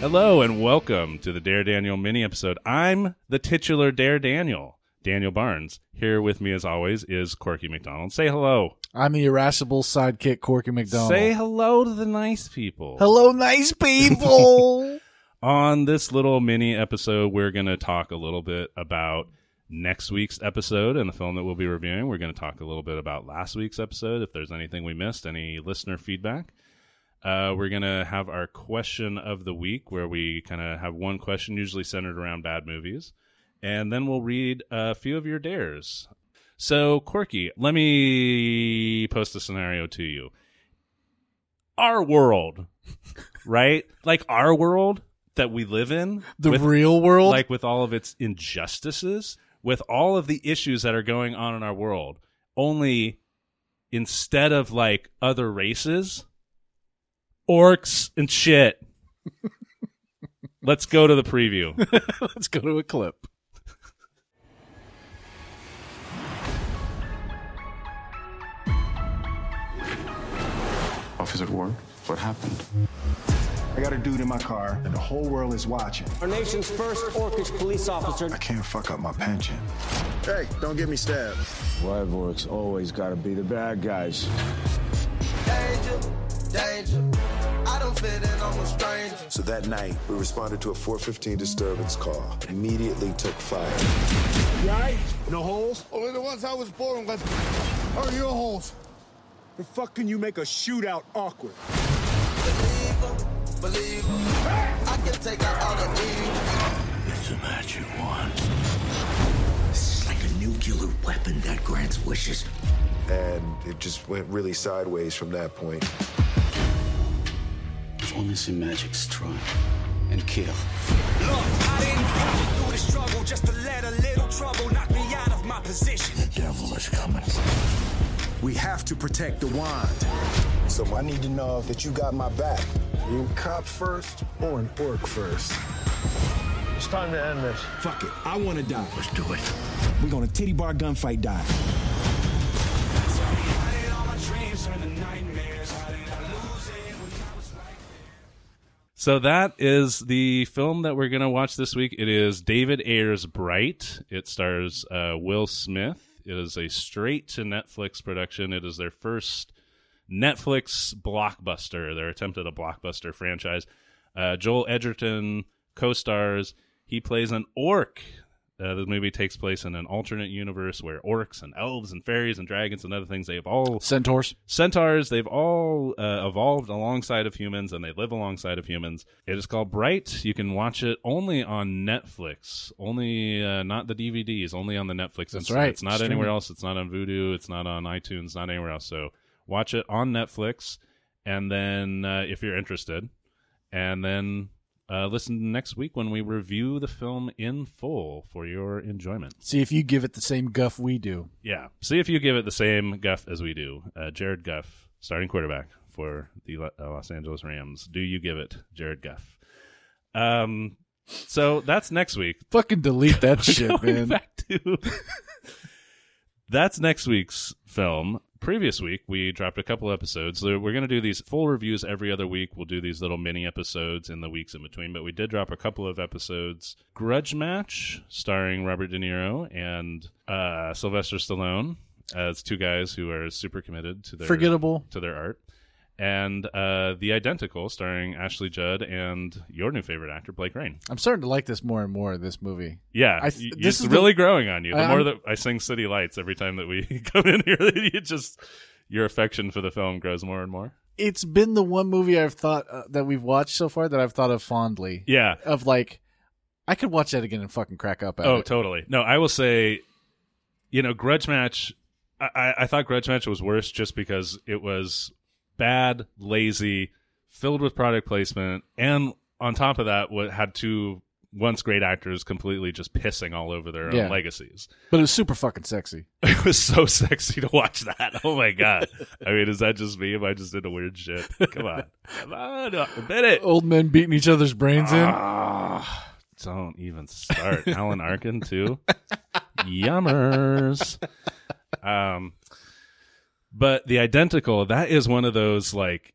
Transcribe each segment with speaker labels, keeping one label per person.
Speaker 1: Hello and welcome to the Dare Daniel mini episode. I'm the titular Dare Daniel, Daniel Barnes. Here with me, as always, is Corky McDonald. Say hello.
Speaker 2: I'm the irascible sidekick, Corky McDonald.
Speaker 1: Say hello to the nice people.
Speaker 2: Hello, nice people.
Speaker 1: On this little mini episode, we're going to talk a little bit about next week's episode and the film that we'll be reviewing. We're going to talk a little bit about last week's episode, if there's anything we missed, any listener feedback. Uh, we're going to have our question of the week where we kind of have one question, usually centered around bad movies. And then we'll read a few of your dares. So, Corky, let me post a scenario to you. Our world, right? Like our world that we live in,
Speaker 2: the
Speaker 1: with-
Speaker 2: real world.
Speaker 1: like with all of its injustices, with all of the issues that are going on in our world. Only instead of like other races, orcs and shit. Let's go to the preview.
Speaker 2: let's go to a clip.
Speaker 3: Officer Ward, what happened?
Speaker 4: I got a dude in my car that the whole world is watching.
Speaker 5: Our nation's first Orcish police officer.
Speaker 4: I can't fuck up my pension.
Speaker 6: Hey, don't get me stabbed.
Speaker 7: Wyvork's always gotta be the bad guys.
Speaker 8: danger, danger. I don't fit in, I'm a stranger.
Speaker 6: So that night, we responded to a 415 disturbance call. Immediately took fire.
Speaker 3: No holes? Only the ones I was born with. Are your holes? The fuck can you make a shootout awkward?
Speaker 8: Believer, believer. I can take out all the evil.
Speaker 3: It's a match you want.
Speaker 9: This is like a nuclear weapon that grants wishes.
Speaker 6: And it just went really sideways from that point.
Speaker 9: If only some magic strong and kill.
Speaker 10: Look, I didn't have to do the struggle just to let a little trouble knock me out of my position.
Speaker 9: Devil is coming.
Speaker 3: We have to protect the wand.
Speaker 6: So I need to know that you got my back. You a cop first or an orc first?
Speaker 4: It's time to end this.
Speaker 3: Fuck it. I wanna die.
Speaker 9: Let's do it.
Speaker 3: We're gonna titty bar gunfight die.
Speaker 10: How did all my dreams turn to nightmares? How did I lose it when I was right?
Speaker 1: So that is the film that we're going to watch this week. It is David Ayer's Bright. It stars uh, Will Smith. It is a straight to Netflix production. It is their first Netflix blockbuster, their attempt at a blockbuster franchise. Uh, Joel Edgerton co stars. He plays an orc. Uh, the movie takes place in an alternate universe where orcs and elves and fairies and dragons and other things they have all
Speaker 2: Centaurs.
Speaker 1: centaurs they've all uh, evolved alongside of humans and they live alongside of humans it is called bright you can watch it only on netflix only uh, not the dvds only on the netflix
Speaker 2: That's
Speaker 1: It's-
Speaker 2: right.
Speaker 1: it's not
Speaker 2: Stream
Speaker 1: anywhere
Speaker 2: it.
Speaker 1: else it's not on voodoo it's not on itunes not anywhere else so watch it on netflix and then uh, if you're interested and then uh, listen next week when we review the film in full for your enjoyment
Speaker 2: See if you give it the same guff we do.
Speaker 1: yeah. See if you give it the same guff as we do. Uh, Jared Guff, starting quarterback for the Lo- uh, Los Angeles Rams. Do you give it, Jared Guff? Um, so that's next week.
Speaker 2: Fucking delete that shit,
Speaker 1: Going
Speaker 2: man.
Speaker 1: back to- that's next week's film. Previous week, we dropped a couple episodes. So We're going to do these full reviews every other week. We'll do these little mini episodes in the weeks in between, but we did drop a couple of episodes. Grudge Match, starring Robert De Niro and uh, Sylvester Stallone as two guys who are super committed to their
Speaker 2: Forgettable.
Speaker 1: to their art. And uh, The Identical, starring Ashley Judd and your new favorite actor, Blake Rain.
Speaker 2: I'm starting to like this more and more. This movie.
Speaker 1: Yeah,
Speaker 2: I th-
Speaker 1: y-
Speaker 2: this
Speaker 1: it's
Speaker 2: is the-
Speaker 1: really growing on you. The
Speaker 2: I-
Speaker 1: more
Speaker 2: I'm-
Speaker 1: that I sing City Lights every time that we come in here, you just your affection for the film grows more and more.
Speaker 2: It's been the one movie I've thought uh, that we've watched so far that I've thought of fondly.
Speaker 1: Yeah.
Speaker 2: Of like, I could watch that again and fucking crack up at
Speaker 1: Oh,
Speaker 2: it.
Speaker 1: totally. No, I will say, you know, Grudge Match. I, I, I thought Grudge Match was worse just because it was bad, lazy, filled with product placement, and on top of that, what had two once great actors completely just pissing all over their own
Speaker 2: Yeah.
Speaker 1: legacies.
Speaker 2: but it was super fucking sexy.
Speaker 1: It was so sexy to watch that. Oh my god! I mean, is that just me? Am I just into weird shit? Come on, come on, admit it.
Speaker 2: Old men beating each other's brains in.
Speaker 1: Ah, don't even start. Alan Arkin too. Yummers. Um, but the identical that is one of those like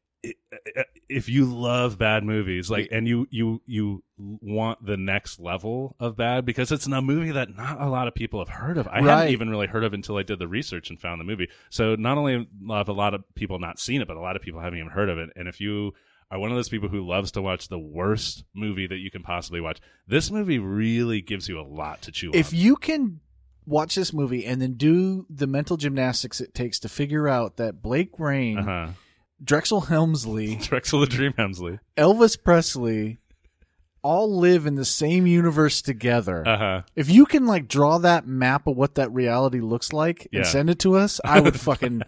Speaker 1: if you love bad movies like and you you you want the next level of bad because it's a movie that not a lot of people have heard of i
Speaker 2: Right.
Speaker 1: hadn't even really heard of until i did the research and found the movie so not only have a lot of people not seen it but a lot of people haven't even heard of it and if you are one of those people who loves to watch the worst movie that you can possibly watch this movie really gives you a lot to chew
Speaker 2: if
Speaker 1: on
Speaker 2: you can watch this movie and then do the mental gymnastics it takes to figure out that Blake Rain,
Speaker 1: uh-huh
Speaker 2: Drexel Helmsley,
Speaker 1: Drexel the Dream Hemsley.
Speaker 2: Elvis Presley all live in the same universe together.
Speaker 1: Uh huh.
Speaker 2: if you can like draw that map of what that reality looks like
Speaker 1: Yeah.
Speaker 2: and send it to us, I would fucking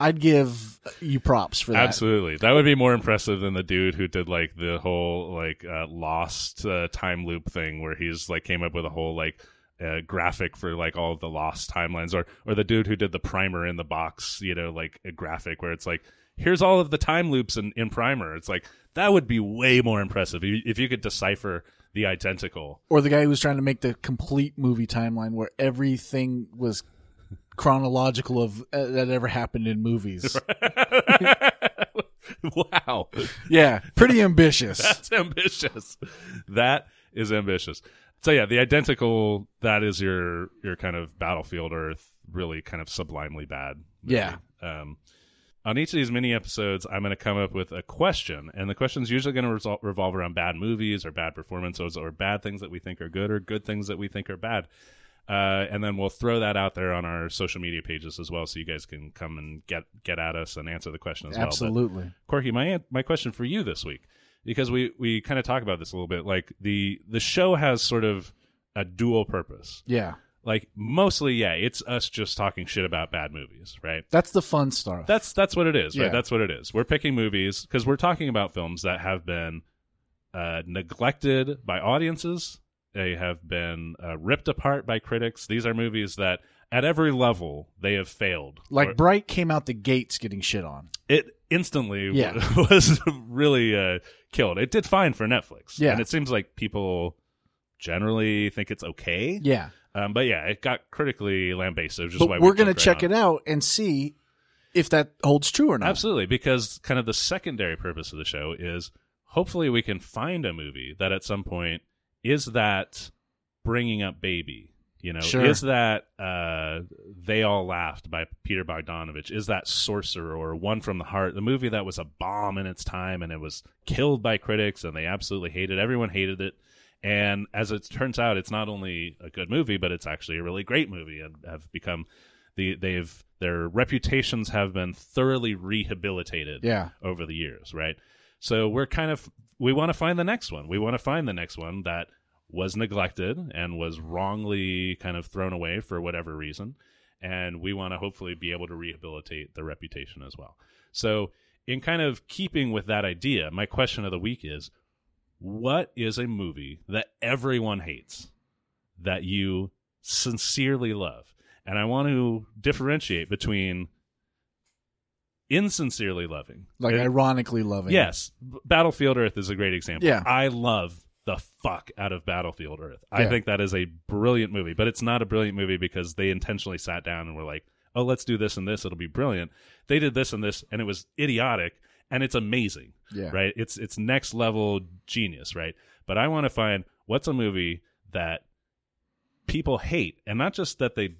Speaker 2: I'd give you props for that.
Speaker 1: Absolutely, that would be more impressive than the dude who did like the whole like uh, lost uh, time loop thing, where he's like came up with a whole like uh, graphic for like all of the lost timelines, or or the dude who did the primer in the box, you know, like a graphic where it's like here's all of the time loops in, in primer. It's like that would be way more impressive if you- if you could decipher the identical.
Speaker 2: Or the guy who was trying to make the complete movie timeline where everything was chronological of uh, that ever happened in movies.
Speaker 1: wow.
Speaker 2: Yeah, pretty ambitious.
Speaker 1: That's ambitious. That is ambitious. So yeah, the identical that is your your kind of battlefield earth really kind of sublimely bad. movie.
Speaker 2: Yeah.
Speaker 1: Um on each of these mini episodes, I'm going to come up with a question, and the question's usually going to resol- revolve around bad movies or bad performances or bad things that we think are good or good things that we think are bad. Uh, and then we'll throw that out there on our social media pages as well, so you guys can come and get get at us and answer the question as well. But-
Speaker 2: Absolutely.
Speaker 1: Corky, my my question for you this week, because we we kind of talk about this a little bit, like the the show has sort of a dual purpose.
Speaker 2: Yeah.
Speaker 1: Like mostly, yeah, it's us just talking shit about bad movies, right?
Speaker 2: That's the fun stuff.
Speaker 1: That's that's what it is,
Speaker 2: Yeah.
Speaker 1: right? That's what it is. We're picking movies because we're talking about films that have been uh, neglected by audiences. They have been uh, ripped apart by critics. These are movies that, at every level, they have failed.
Speaker 2: like
Speaker 1: Or-
Speaker 2: Bright came out the gates getting shit on.
Speaker 1: it instantly
Speaker 2: Yeah.
Speaker 1: was really uh, killed. It did fine for Netflix,
Speaker 2: Yeah.
Speaker 1: and it seems like people generally think it's okay.
Speaker 2: Yeah.
Speaker 1: Um, but yeah, it got critically lambasted, which is why
Speaker 2: But we're
Speaker 1: going to
Speaker 2: going to check it out and see if that holds true or not.
Speaker 1: Absolutely, because kind of the secondary purpose of the show is hopefully we can find a movie that at some point is that bringing up baby. You know,
Speaker 2: Sure.
Speaker 1: is that uh, they all laughed by Peter Bogdanovich? Is that Sorcerer or One from the Heart, the movie that was a bomb in its time and it was killed by critics and they absolutely hated. Everyone hated it. And as it turns out, it's not only a good movie, but it's actually a really great movie and have become the they've their reputations have been thoroughly rehabilitated
Speaker 2: Yeah.
Speaker 1: over the years, right? So we're kind of we want to find the next one. We want to find the next one that was neglected and was wrongly kind of thrown away for whatever reason, and we want to hopefully be able to rehabilitate the reputation as well. So in kind of keeping with that idea, my question of the week is what is a movie that everyone hates that you sincerely love? And I want to differentiate between insincerely loving.
Speaker 2: Like ironically loving. it.
Speaker 1: Yes, B- Battlefield Earth is a great example.
Speaker 2: Yeah.
Speaker 1: I love the fuck out of Battlefield Earth. I
Speaker 2: Yeah.
Speaker 1: think that is a brilliant movie, but it's not a brilliant movie because they intentionally sat down and were like, "Oh, let's do this and this, it'll be brilliant." They did this and this and it was idiotic and it's amazing.
Speaker 2: Yeah.
Speaker 1: Right? It's it's next level genius, right? But I want to find what's a movie that people hate and not just that they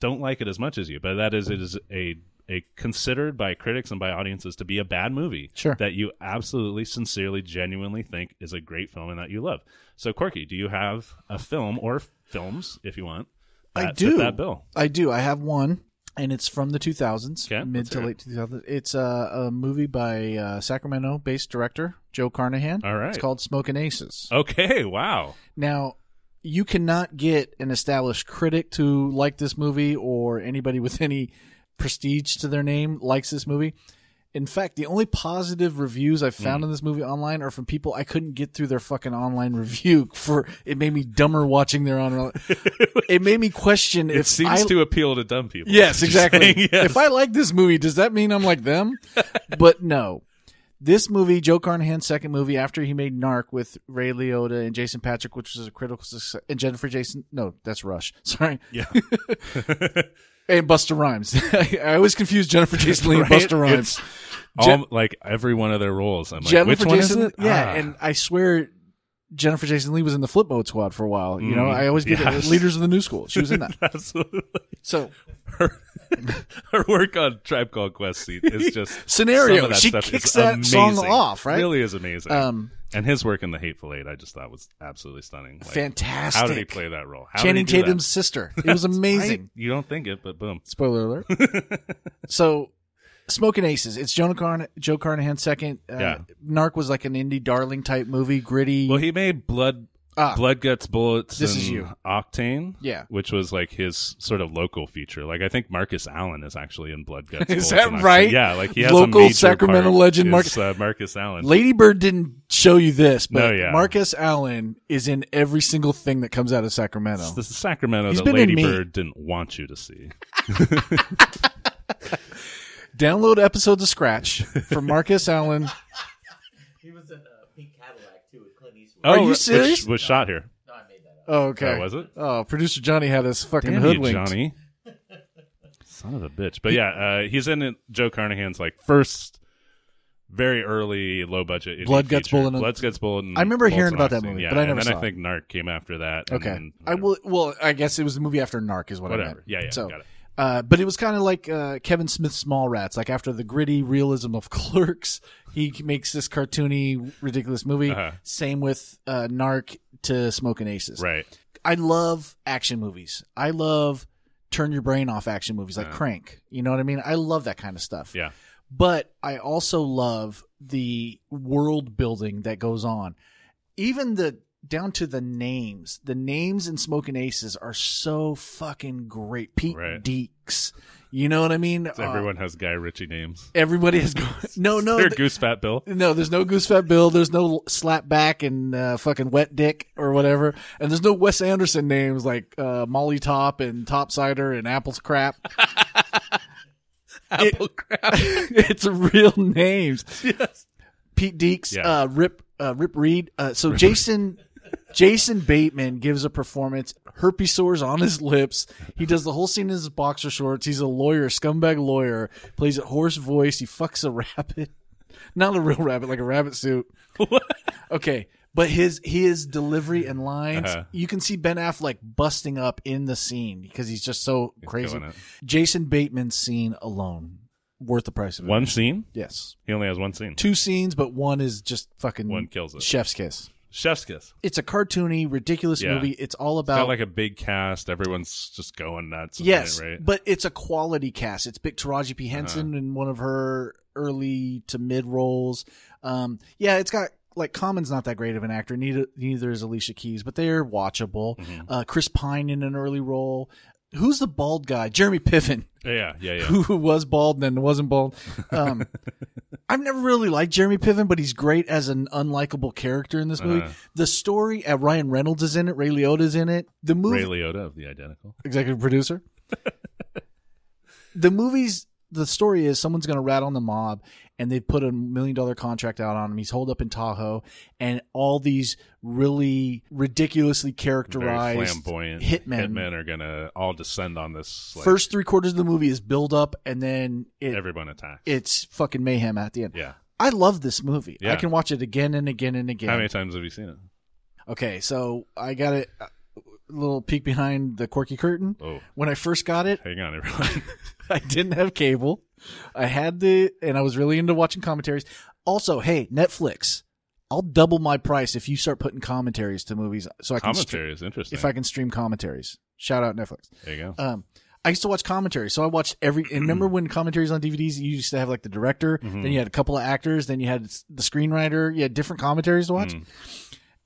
Speaker 1: don't like it as much as you, but that is it is a a considered by critics and by audiences to be a bad movie
Speaker 2: Sure.
Speaker 1: that you absolutely sincerely genuinely think is a great film and that you love. So Corky, do you have a film or films if you want?
Speaker 2: I
Speaker 1: that
Speaker 2: do.
Speaker 1: fit that bill.
Speaker 2: I do. I have one, and it's from the 2000s,
Speaker 1: Okay,
Speaker 2: mid
Speaker 1: let's
Speaker 2: to
Speaker 1: hear
Speaker 2: late 2000s. It's a, a movie by uh, Sacramento-based director Joe Carnahan.
Speaker 1: All right.
Speaker 2: It's called Smoking Aces.
Speaker 1: Okay, wow.
Speaker 2: Now, you cannot get an established critic to like this movie or anybody with any prestige to their name likes this movie. In fact, the only positive reviews I've
Speaker 1: Hmm.
Speaker 2: found on this movie online are from people I couldn't get through their fucking online review for it made me dumber watching their online. it made me question
Speaker 1: It
Speaker 2: if
Speaker 1: seems
Speaker 2: I,
Speaker 1: to appeal to dumb people.
Speaker 2: Yes,
Speaker 1: Just saying
Speaker 2: exactly.
Speaker 1: yes.
Speaker 2: If I like this movie, does that mean I'm like them? but no. This movie, Joe Carnahan's second movie after he made Narc with Ray Liotta and Jason Patrick, which was a critical success, and Jennifer Jason. No, that's Rush. Sorry. Yeah. and Buster Rhymes. I always confuse Jennifer Jason Lee and
Speaker 1: Right?
Speaker 2: Buster Rhymes.
Speaker 1: all like every one of their roles. I'm like, which one
Speaker 2: Jason,
Speaker 1: is it?
Speaker 2: Yeah,
Speaker 1: Ah.
Speaker 2: and I swear Jennifer Jason Lee was in the Flip Mode Squad for a while. You know, I always get
Speaker 1: Mm, yes.
Speaker 2: it. Leaders of the New School. She was in that.
Speaker 1: Ah, Absolutely.
Speaker 2: So
Speaker 1: Her, her work on Tribe Called Quest Seat is just
Speaker 2: Scenario.
Speaker 1: some of
Speaker 2: She
Speaker 1: stuff is
Speaker 2: kicks that song
Speaker 1: amazing.
Speaker 2: off, right?
Speaker 1: Really is amazing.
Speaker 2: Um,
Speaker 1: and his work in The Hateful Eight, I just thought was absolutely stunning. Like,
Speaker 2: fantastic.
Speaker 1: How did he play that role? How
Speaker 2: Channing
Speaker 1: did he do that?
Speaker 2: Tatum's sister. It was amazing.
Speaker 1: Right? You don't think it, but boom.
Speaker 2: Spoiler alert. so, Smoking Aces. It's Jonah Carn- Joe Carnahan's second. Uh,
Speaker 1: Yeah.
Speaker 2: Narc was like an indie darling type movie, gritty.
Speaker 1: Well, he made Blood,
Speaker 2: Ah.
Speaker 1: Blood Guts Bullets.
Speaker 2: This is
Speaker 1: and
Speaker 2: you.
Speaker 1: Octane.
Speaker 2: Yeah.
Speaker 1: which was like his sort of local feature. Like I think Marcus Allen is actually in Blood Guts.
Speaker 2: Is
Speaker 1: Bullets
Speaker 2: that
Speaker 1: and Octane.
Speaker 2: right?
Speaker 1: Yeah, like he has
Speaker 2: Local
Speaker 1: a major
Speaker 2: Sacramento
Speaker 1: part
Speaker 2: legend
Speaker 1: is,
Speaker 2: Marcus-
Speaker 1: uh, Marcus Allen.
Speaker 2: Lady Bird didn't show you this, but
Speaker 1: No, yeah.
Speaker 2: Marcus Allen is in every single thing that comes out of Sacramento.
Speaker 1: It's the Sacramento
Speaker 2: He's
Speaker 1: that
Speaker 2: been in
Speaker 1: Lady
Speaker 2: Me.
Speaker 1: Bird didn't want you to see.
Speaker 2: Download episodes of Scratch from Marcus Allen.
Speaker 11: He was in a pink Cadillac too with Clint Eastwood.
Speaker 2: Are you
Speaker 1: right, which
Speaker 2: serious?
Speaker 1: Oh, was shot here.
Speaker 2: Oh, okay.
Speaker 1: Oh, was it?
Speaker 2: Oh, producer Johnny had us fucking
Speaker 1: Damn you,
Speaker 2: hoodwinked.
Speaker 1: Johnny. Son of a bitch. But yeah, uh, he's in it, Joe Carnahan's like first, very early, low budget. indie
Speaker 2: Blood Guts
Speaker 1: feature.
Speaker 2: Bulletin.
Speaker 1: Blood Guts Bulletin.
Speaker 2: I remember
Speaker 1: Bolts
Speaker 2: hearing
Speaker 1: and
Speaker 2: about that
Speaker 1: Oxen.
Speaker 2: movie,
Speaker 1: yeah,
Speaker 2: but I
Speaker 1: and
Speaker 2: never
Speaker 1: then
Speaker 2: saw
Speaker 1: I think Narc came after that. and
Speaker 2: Okay.
Speaker 1: then uh,
Speaker 2: I will. Well, I guess it was the movie after Narc is what I
Speaker 1: Whatever.
Speaker 2: meant.
Speaker 1: Yeah, yeah.
Speaker 2: So,
Speaker 1: got it.
Speaker 2: uh, but it was kind of like uh, Kevin Smith's Small Rats. Like after the gritty realism of Clerks, he makes this cartoony, ridiculous movie.
Speaker 1: Uh-huh.
Speaker 2: Same with uh, Narc to Smoking Aces.
Speaker 1: Right.
Speaker 2: I love action movies. I love turn your brain off action movies like Crank. You know what I mean? I love that kind of stuff.
Speaker 1: Uh-huh. Yeah.
Speaker 2: But I also love the world building that goes on. Even the down to the names. The names in Smoking Aces are so fucking great. Pete
Speaker 1: Right.
Speaker 2: Deeks. You know what I mean?
Speaker 1: So everyone has Guy Ritchie names.
Speaker 2: Uh, everybody is going. No, Uh, no.
Speaker 1: They're
Speaker 2: th-
Speaker 1: Goose Fat Bill.
Speaker 2: no, there's no Goose Fat Bill. There's no Slap Back and uh, fucking Wet Dick or whatever. And there's no Wes Anderson names like uh, Molly Top and Top Cider and Apple's Crap. Apple Crap. it's real names. Yes. Pete Deeks,
Speaker 1: Yeah.
Speaker 2: uh, Rip uh, Rip Reed. Uh, so Jason Jason Bateman gives a performance. Herpes sores on his lips. He does the whole scene in his boxer shorts. He's a lawyer, scumbag lawyer. Plays a hoarse voice. He fucks a rabbit not a real rabbit, like a rabbit suit. okay, but his his delivery and lines,
Speaker 1: Uh-huh.
Speaker 2: you can see Ben Affleck busting up in the scene because he's just so crazy.
Speaker 1: killing it.
Speaker 2: Jason Bateman's scene alone, worth the price of it.
Speaker 1: One scene.
Speaker 2: yes,
Speaker 1: He only has one scene.
Speaker 2: two scenes, but one is just fucking
Speaker 1: One kills it.
Speaker 2: Chef's kiss.
Speaker 1: Chef's kiss.
Speaker 2: It's a cartoony, ridiculous
Speaker 1: Yeah.
Speaker 2: movie. It's all
Speaker 1: Got
Speaker 2: about
Speaker 1: like a big cast. Everyone's just going nuts. in it,
Speaker 2: Oh. yes,
Speaker 1: right? Uh-huh.
Speaker 2: but it's a quality cast. It's Big Taraji P Henson in one of her early to mid roles. Um, yeah, it's got like Common's not that great of an actor. Neither neither is Alicia Keys, but they're watchable.
Speaker 1: Mm-hmm.
Speaker 2: Uh, Chris Pine in an early role. Who's the bald guy? Jeremy Piven,
Speaker 1: yeah, yeah, yeah.
Speaker 2: who was bald and then wasn't bald. Um, I've never really liked Jeremy Piven, but he's great as an unlikable character in this movie.
Speaker 1: Uh-huh.
Speaker 2: The story, uh, Ryan Reynolds is in it. Ray Liotta's in it. The movie,
Speaker 1: Ray Liotta of the identical.
Speaker 2: executive producer. the movies, the story is someone's going to rat on the mob, and they put a million dollar contract out on him. He's holed up in Tahoe, and all these really ridiculously
Speaker 1: Very
Speaker 2: characterized
Speaker 1: flamboyant
Speaker 2: hitmen.
Speaker 1: hitmen are gonna all descend on this. Like,
Speaker 2: First three quarters of the movie is build up, and then it,
Speaker 1: everyone attacks.
Speaker 2: it's fucking mayhem at the end.
Speaker 1: yeah.
Speaker 2: I love this movie. I
Speaker 1: Yeah.
Speaker 2: can watch it again and again and again.
Speaker 1: How many times have you seen it?
Speaker 2: Okay, so I got a, a little peek behind the quirky curtain.
Speaker 1: Oh.
Speaker 2: When I first got it,
Speaker 1: Hang on, everyone.
Speaker 2: I didn't have cable. I had the, and I was really into watching commentaries. Also, hey, Netflix, I'll double my price if you start putting commentaries to movies, so I can stre-
Speaker 1: Commentary is interesting.
Speaker 2: if I can stream commentaries. Shout out Netflix.
Speaker 1: there you go.
Speaker 2: Um, I used to watch commentaries, so I watched every. And remember when commentaries on DVDs, you used to have like the director,
Speaker 1: Mm-hmm.
Speaker 2: then you had a couple of actors, then you had s- the screenwriter. You had different commentaries to
Speaker 1: Mm.
Speaker 2: watch.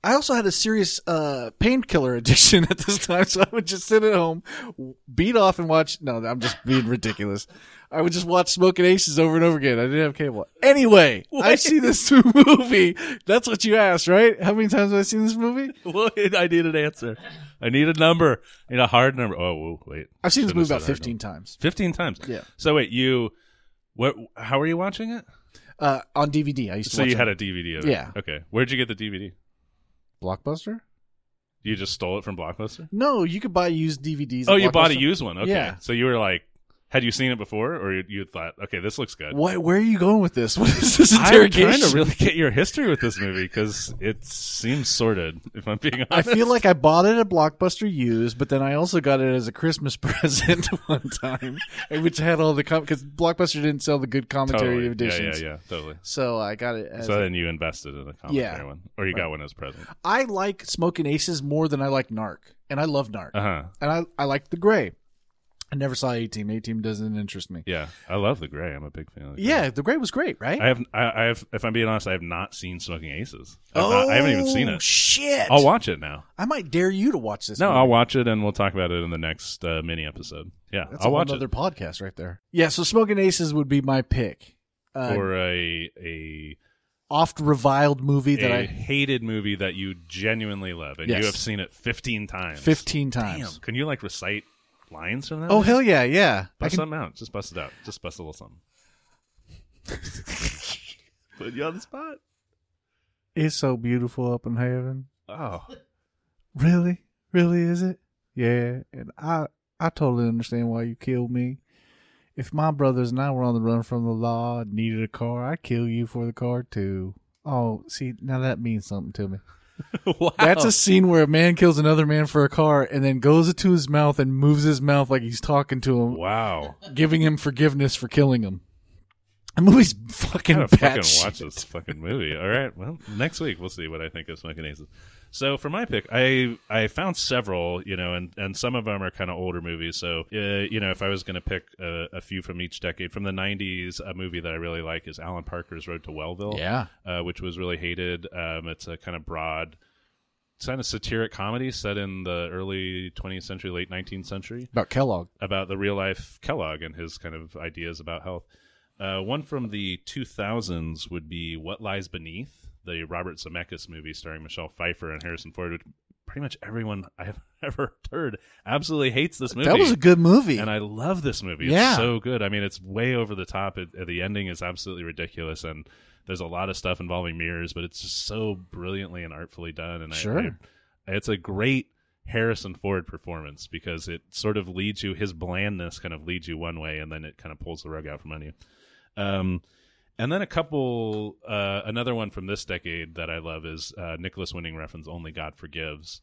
Speaker 2: I also had a serious uh, painkiller addiction at this time, so I would just sit at home, w- beat off, and watch. No, I'm just being ridiculous. I would just watch Smoking Aces over and over again. I didn't have cable. Anyway, I see this movie. That's what you asked, right? How many times have I seen this movie?
Speaker 1: Wait, I need an answer. I need a number. I need a hard number. Oh, whoa, wait.
Speaker 2: I've seen this
Speaker 1: Shouldn't
Speaker 2: movie
Speaker 1: have
Speaker 2: about
Speaker 1: said hard
Speaker 2: 15
Speaker 1: number.
Speaker 2: times
Speaker 1: Fifteen times.
Speaker 2: Yeah.
Speaker 1: So wait, you, what? How are you watching it?
Speaker 2: uh, on DVD. I used to.
Speaker 1: So
Speaker 2: watch
Speaker 1: you
Speaker 2: it.
Speaker 1: had a DVD of it.
Speaker 2: Yeah.
Speaker 1: Okay. Where'd you get the DVD?
Speaker 2: Blockbuster.
Speaker 1: You just stole it from Blockbuster?
Speaker 2: No, you could buy used DVDs.
Speaker 1: oh,
Speaker 2: at
Speaker 1: you bought a
Speaker 2: Blockbuster.
Speaker 1: used one. Okay.
Speaker 2: Yeah.
Speaker 1: So you were like, Had you seen it before, or you, you thought, okay, this looks good?
Speaker 2: Why, where are you going with this? What is this
Speaker 1: I'm
Speaker 2: interrogation?
Speaker 1: trying to really get your history with this movie because it seems sordid. If I'm being
Speaker 2: I
Speaker 1: honest,
Speaker 2: feel like I bought it at Blockbuster used, but then I also got it as a Christmas present one time, which had all the because Blockbuster didn't sell the good commentary
Speaker 1: totally.
Speaker 2: editions.
Speaker 1: Yeah, yeah, yeah, totally.
Speaker 2: So I got it. As
Speaker 1: So
Speaker 2: a-
Speaker 1: then you invested in a commentary
Speaker 2: Yeah.
Speaker 1: one, or you got one as present.
Speaker 2: I like Smoking Aces more than I like Narc, and I love Narc,
Speaker 1: Uh huh.
Speaker 2: and I I like the Gray. I never saw A Team. A Team doesn't interest me.
Speaker 1: Yeah, I love the gray. I'm a big fan. of the Gray.
Speaker 2: Yeah, the Gray was great, right?
Speaker 1: I have, I, I have. If I'm being honest, I have not seen Smoking Aces. I've not- I haven't even seen
Speaker 2: Oh,
Speaker 1: it.
Speaker 2: Shit!
Speaker 1: I'll watch it now.
Speaker 2: I might dare you to watch this.
Speaker 1: No,
Speaker 2: movie.
Speaker 1: I'll watch it and we'll talk about it in the next uh, mini episode. Yeah,
Speaker 2: That's
Speaker 1: I'll
Speaker 2: a
Speaker 1: watch
Speaker 2: whole other
Speaker 1: it
Speaker 2: podcast right there. Yeah, so Smoking Aces would be my pick. Uh,
Speaker 1: for a a,
Speaker 2: oft reviled movie that
Speaker 1: a
Speaker 2: I
Speaker 1: hated movie that you genuinely love and
Speaker 2: Yes.
Speaker 1: you have seen it 15 times.
Speaker 2: 15
Speaker 1: Damn,
Speaker 2: times.
Speaker 1: can you like recite lines from that?
Speaker 2: Oh hell yeah, yeah. I
Speaker 1: Bust
Speaker 2: can-
Speaker 1: something out. Just bust it out. Just bust a little something. Put you on the spot.
Speaker 2: it's so beautiful up in heaven.
Speaker 1: Oh,
Speaker 2: Really? Really is it? Yeah, and I I totally understand why you killed me. If my brothers and I were on the run from the law and needed a car, I'd kill you for the car too. Oh, see, now that means something to me.
Speaker 1: wow.
Speaker 2: That's a scene where a man kills another man for a car and then goes to his mouth and moves his mouth like he's talking to him,
Speaker 1: wow.
Speaker 2: giving him forgiveness for killing him. The movie's fucking
Speaker 1: gotta fucking
Speaker 2: batshit.
Speaker 1: watch this fucking movie. All right. Well, next week we'll see what I think of Smoking Aces. So for my pick, I I found several, you know, and and some of them are kind of older movies. So uh, you know, if I was going to pick a, a few from each decade, from the '90s, a movie that I really like is Alan Parker's Road to Wellville.
Speaker 2: Yeah.
Speaker 1: uh, which was really hated. Um, it's a kind of broad. Kind of satiric comedy set in the early 20th century, late 19th century
Speaker 2: About Kellogg.
Speaker 1: about the real life Kellogg and his kind of ideas about health. Uh, one from the 2000s would be What Lies Beneath, the Robert Zemeckis movie starring Michelle Pfeiffer and Harrison Ford, which pretty much everyone I've ever heard absolutely hates this movie.
Speaker 2: That was a good movie.
Speaker 1: And I love this movie.
Speaker 2: Yeah.
Speaker 1: It's so good. I mean, it's way over the top. It, the ending is absolutely ridiculous. And there's a lot of stuff involving mirrors, but it's just so brilliantly and artfully done. And I-
Speaker 2: Sure.
Speaker 1: I, it's a great Harrison Ford performance because it sort of leads you, his blandness kind of leads you one way, and then it kind of pulls the rug out from under you. Um, and then a couple, uh, another one from this decade that I love is uh, Nicholas Winning Refn's Only God Forgives.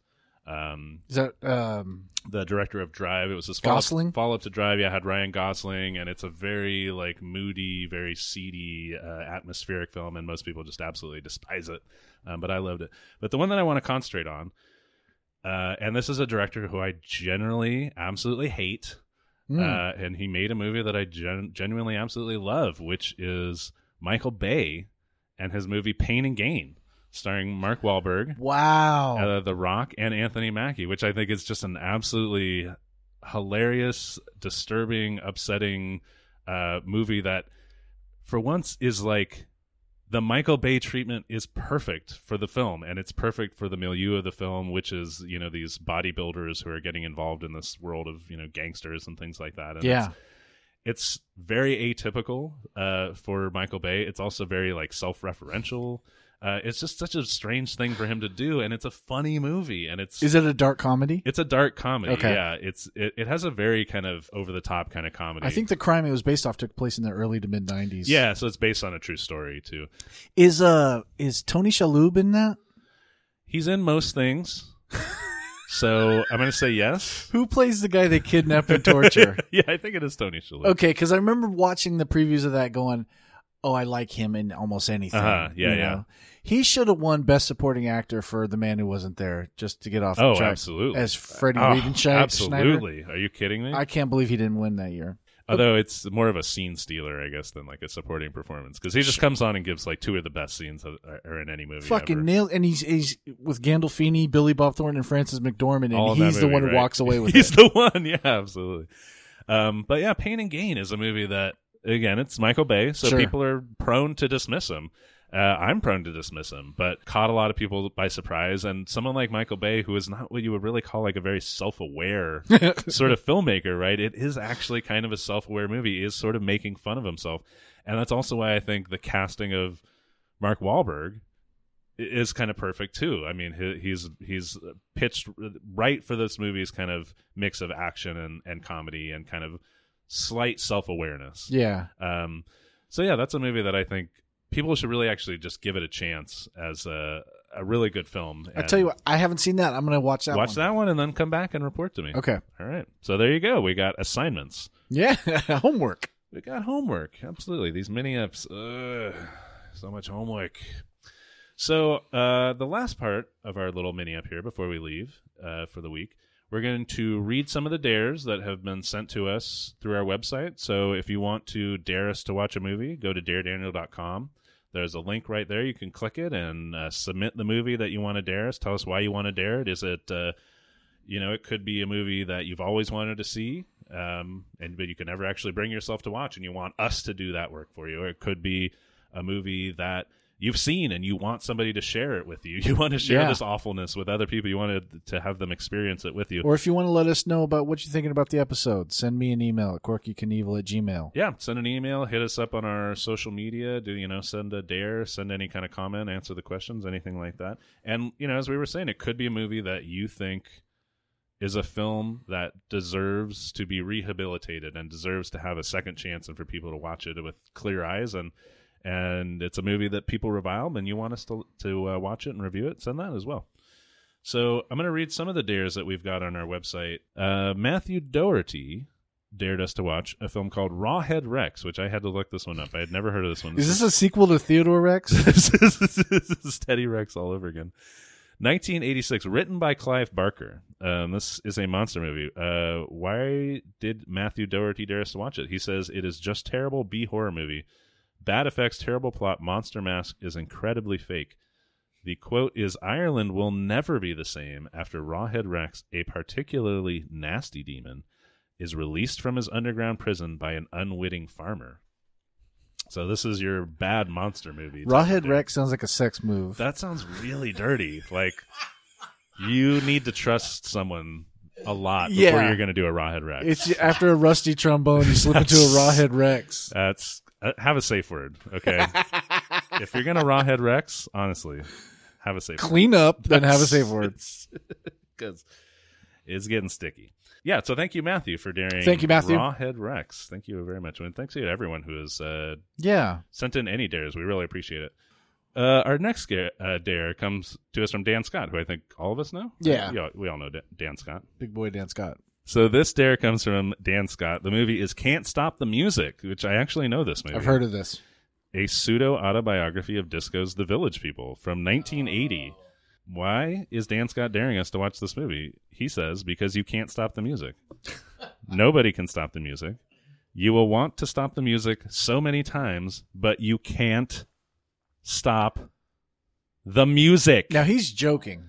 Speaker 1: Um,
Speaker 2: Is that um
Speaker 1: the director of Drive. It was this
Speaker 2: Gosling?
Speaker 1: follow, follow up to Drive. Yeah, had Ryan Gosling, and it's a very like moody, very seedy, uh, atmospheric film, and most people just absolutely despise it. Um, but I loved it. But the one that I want to concentrate on, uh, and this is a director who I generally absolutely hate, uh, and he made a movie that I gen- genuinely absolutely love, which is Michael Bay and his movie Pain and Gain, starring Mark Wahlberg
Speaker 2: Wow.
Speaker 1: uh, The Rock and Anthony Mackie, which I think is just an absolutely hilarious, disturbing, upsetting uh, movie that, for once, is like the Michael Bay treatment is perfect for the film, and it's perfect for the milieu of the film, which is you know these bodybuilders who are getting involved in this world of you know gangsters and things like that. And
Speaker 2: yeah.
Speaker 1: it's- it's very atypical uh, for Michael Bay. It's also very like self-referential. Uh, it's just such a strange thing for him to do, and it's a funny movie, and it's
Speaker 2: Is it a dark comedy?
Speaker 1: it's a dark comedy.
Speaker 2: Okay.
Speaker 1: Yeah, it's it, it has a very kind of over the top kind of comedy.
Speaker 2: I think the crime it was based off took place in the early to mid 90s.
Speaker 1: yeah, so it's based on a true story too.
Speaker 2: Is uh is Tony Shalhoub in that?
Speaker 1: He's in most things, so I'm gonna say yes.
Speaker 2: Who plays the guy they kidnap and torture?
Speaker 1: yeah, I think it is Tony Shalhoub.
Speaker 2: okay, cuz I remember watching the previews of that going, "Oh, I like him in almost anything."
Speaker 1: Uh-huh, yeah,
Speaker 2: you
Speaker 1: yeah.
Speaker 2: know? He should have won best supporting actor for The Man Who Wasn't There just to get off
Speaker 1: Oh,
Speaker 2: the track.
Speaker 1: absolutely.
Speaker 2: As Freddie
Speaker 1: Oh,
Speaker 2: Redenschneider.
Speaker 1: absolutely. Are you kidding me?
Speaker 2: I can't believe he didn't win that year.
Speaker 1: Although it's more of a scene stealer, I guess, than like a supporting performance because he just comes on and gives like two of the best scenes of, are in any movie.
Speaker 2: fucking
Speaker 1: ever.
Speaker 2: nailed and he's he's with Gandolfini, Billy Bob Thornton, and Francis McDormand, and
Speaker 1: All in that
Speaker 2: he's the
Speaker 1: movie,
Speaker 2: one
Speaker 1: right?
Speaker 2: who walks away with
Speaker 1: he's
Speaker 2: it.
Speaker 1: the one. Yeah, absolutely. Um, but yeah, Pain and Gain is a movie that again, it's Michael Bay, so
Speaker 2: Sure.
Speaker 1: people are prone to dismiss him. Uh, I'm prone to dismiss him, but caught a lot of people by surprise. And someone like Michael Bay, who is not what you would really call like a very self-aware sort of filmmaker, right? It is actually kind of a self-aware movie. He is sort of making fun of himself, and that's also why I think the casting of Mark Wahlberg is kind of perfect too. I mean, he, he's he's pitched right for this movie's kind of mix of action and, and comedy and kind of slight self awareness.
Speaker 2: Yeah.
Speaker 1: Um, so yeah, that's a movie that I think people should really actually just give it a chance as a a really good film.
Speaker 2: I tell you what, I haven't seen that. I'm going to watch that.
Speaker 1: watch
Speaker 2: one.
Speaker 1: that one and then come back and report to me.
Speaker 2: Okay.
Speaker 1: All right. So there you go. We got assignments.
Speaker 2: Yeah, homework.
Speaker 1: We got homework. Absolutely. These mini ups. Ugh, so much homework. So uh, the last part of our little mini up here before we leave uh, for the week, we're going to read some of the dares that have been sent to us through our website. So if you want to dare us to watch a movie, go to daredaniel.com. There's a link right there. You can click it and uh, submit the movie that you want to dare us. Tell us why you want to dare it. Is it uh, you know it could be a movie that you've always wanted to see um, and but you can never actually bring yourself to watch and you want us to do that work for you or it could be a movie that you've seen and you want somebody to share it with you you want to share
Speaker 2: Yeah.
Speaker 1: this awfulness with other people you want to, to have them experience it with you
Speaker 2: Or if you want to let us know about what you're thinking about the episode, send me an email at quirkycanival at gmail.
Speaker 1: yeah send an email hit us up on our social media do you know send a dare send any kind of comment answer the questions anything like that and you know as we were saying it could be a movie that you think is a film that deserves to be rehabilitated and deserves to have a second chance and for people to watch it with clear eyes and and it's a movie that people revile and you want us to to uh, watch it and review it send that as well so i'm going to read some of the dares that we've got on our website uh, matthew doherty dared us to watch a film called rawhead rex which i had to look this one up i had never heard of this one
Speaker 2: Is this a sequel to Theodore Rex?
Speaker 1: this is, this is Teddy Rex all over again. 1986, written by Clive Barker. Um, this is a monster movie. Uh, why did Matthew Doherty dare us to watch it? He says it is just terrible B horror movie. Bad effects, terrible plot. Monster Mask is incredibly fake. The quote is Ireland will never be the same after Rawhead Rex, a particularly nasty demon, is released from his underground prison by an unwitting farmer. So this is your bad monster movie. type of
Speaker 2: Rawhead
Speaker 1: thing.
Speaker 2: Rex sounds like a sex move.
Speaker 1: That sounds really dirty. Like you need to trust someone a lot before
Speaker 2: Yeah.
Speaker 1: you're going to do a rawhead rex.
Speaker 2: It's after a rusty trombone, you slip into a Rawhead Rex.
Speaker 1: That's uh, have a safe word, okay? if you're going to rawhead rex, honestly, have a safe word.
Speaker 2: Clean up, then have a safe word.
Speaker 1: because it's getting sticky. Yeah, so thank you, Matthew, for daring.
Speaker 2: Thank you, Matthew.
Speaker 1: Rawhead Rex. Thank you very much, and thanks to everyone who has uh,
Speaker 2: Yeah.
Speaker 1: sent in any dares. We really appreciate it. Uh, our next ga- uh, dare comes to us from Dan Scott, who I think all of us know.
Speaker 2: Yeah.
Speaker 1: we all, we all know Da- Dan Scott.
Speaker 2: Big boy Dan Scott.
Speaker 1: So this dare comes from Dan Scott. The movie is Can't Stop the Music, which I actually know this movie.
Speaker 2: I've heard of this.
Speaker 1: a pseudo autobiography of disco's The Village People from 1980. Why is Dan Scott daring us to watch this movie? He says because you can't stop the music. Nobody can stop the music. You will want to stop the music so many times, but you can't stop the music.
Speaker 2: Now he's joking.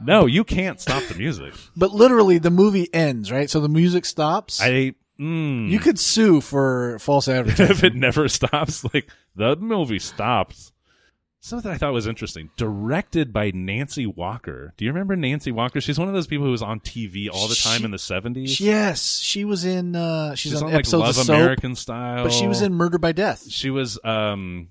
Speaker 1: No, you can't stop the music.
Speaker 2: But literally the movie ends, right? So the music stops.
Speaker 1: I mm.
Speaker 2: you could sue for false
Speaker 1: if
Speaker 2: advertising.
Speaker 1: it never stops, like the movie stops. Something I thought was interesting, directed by Nancy Walker. Do you remember Nancy Walker? She's one of those people who was on TV all the time
Speaker 2: She-
Speaker 1: in the seventies.
Speaker 2: yes. She was in uh she's, on,
Speaker 1: like
Speaker 2: episodes
Speaker 1: Love
Speaker 2: of Soap,
Speaker 1: American Style,
Speaker 2: but she was in Murder by Death.
Speaker 1: She was um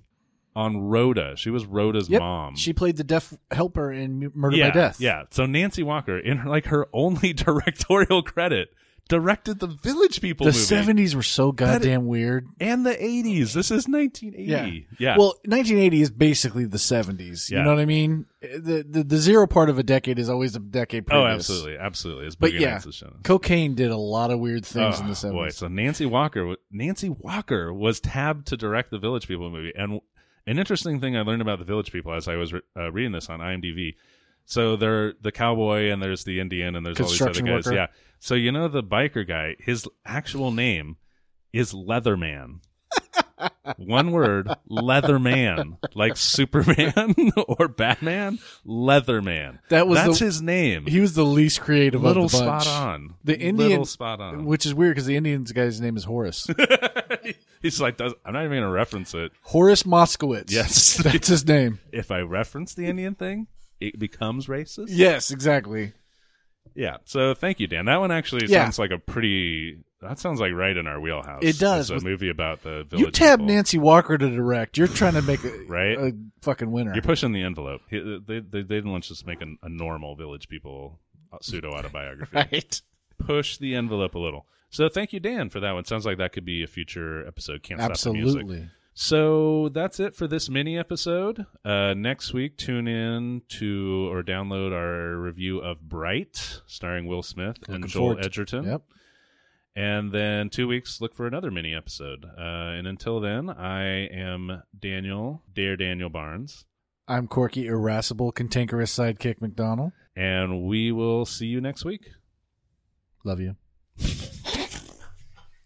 Speaker 1: on Rhoda. She was Rhoda's
Speaker 2: Yep.
Speaker 1: mom.
Speaker 2: She played the deaf helper in M- Murder
Speaker 1: yeah,
Speaker 2: by Death.
Speaker 1: Yeah. So Nancy Walker, in her, like her only directorial credit, directed the Village People
Speaker 2: The
Speaker 1: movie
Speaker 2: seventies were so goddamn weird.
Speaker 1: and the eighties. This is nineteen eighty.
Speaker 2: Well, 1980 is basically the 70s.
Speaker 1: E, Yeah.
Speaker 2: You know what I mean? The, the the zero part of a decade is always a decade
Speaker 1: Oh,
Speaker 2: previous.
Speaker 1: absolutely, absolutely. It's
Speaker 2: But
Speaker 1: bigger than
Speaker 2: yeah,
Speaker 1: it's shown.
Speaker 2: cocaine did a lot of weird things
Speaker 1: Oh,
Speaker 2: in the 70s.
Speaker 1: Boy, so Nancy Walker, wa- Nancy Walker was tabbed to direct the Village People movie, and an interesting thing I learned about the Village People as I was re- uh, reading this on IMDb. So they're the cowboy, and there's the Indian, and there's all these other
Speaker 2: Construction
Speaker 1: guys.
Speaker 2: worker.
Speaker 1: Yeah. So you know the biker guy, his actual name is Leatherman. One word, Leatherman, like Superman or Batman, Leatherman.
Speaker 2: That was
Speaker 1: that's
Speaker 2: the-
Speaker 1: his name.
Speaker 2: He was the least creative
Speaker 1: little
Speaker 2: of the bunch.
Speaker 1: spot on.
Speaker 2: The Indian,
Speaker 1: little spot on.
Speaker 2: which is weird because the Indian's guy's name is Horace.
Speaker 1: He's like, does, I'm not even gonna reference it.
Speaker 2: Horace Moskowitz.
Speaker 1: Yes.
Speaker 2: that's his name.
Speaker 1: If I reference the Indian thing, it becomes racist.
Speaker 2: Yes, exactly.
Speaker 1: Yeah. So thank you, Dan. That one actually
Speaker 2: Yeah.
Speaker 1: sounds like a pretty. That sounds like right in our wheelhouse.
Speaker 2: It does.
Speaker 1: It's a
Speaker 2: With-
Speaker 1: movie about the village.
Speaker 2: You tab
Speaker 1: people.
Speaker 2: Nancy Walker to direct. You're trying to make a,
Speaker 1: Right?
Speaker 2: a fucking winner.
Speaker 1: You're pushing the envelope. He- They, they, they didn't want to just make an, a normal village people pseudo autobiography.
Speaker 2: right.
Speaker 1: Push uh, the envelope a little. So thank you, Dan, for that one. Sounds like that could be a future episode. Can't stop the music.
Speaker 2: Absolutely.
Speaker 1: So that's it for this mini episode. Uh, next week, tune in to or download our review of Bright, starring Will Smith and
Speaker 2: Looking
Speaker 1: Joel
Speaker 2: forward to-
Speaker 1: Edgerton.
Speaker 2: Yep.
Speaker 1: And then two weeks, look for another mini episode. Uh, and until then, I am Daniel, Dare Daniel Barnes,
Speaker 2: I'm quirky, irascible, cantankerous sidekick McDonald.
Speaker 1: and we will see you next week.
Speaker 2: Love you.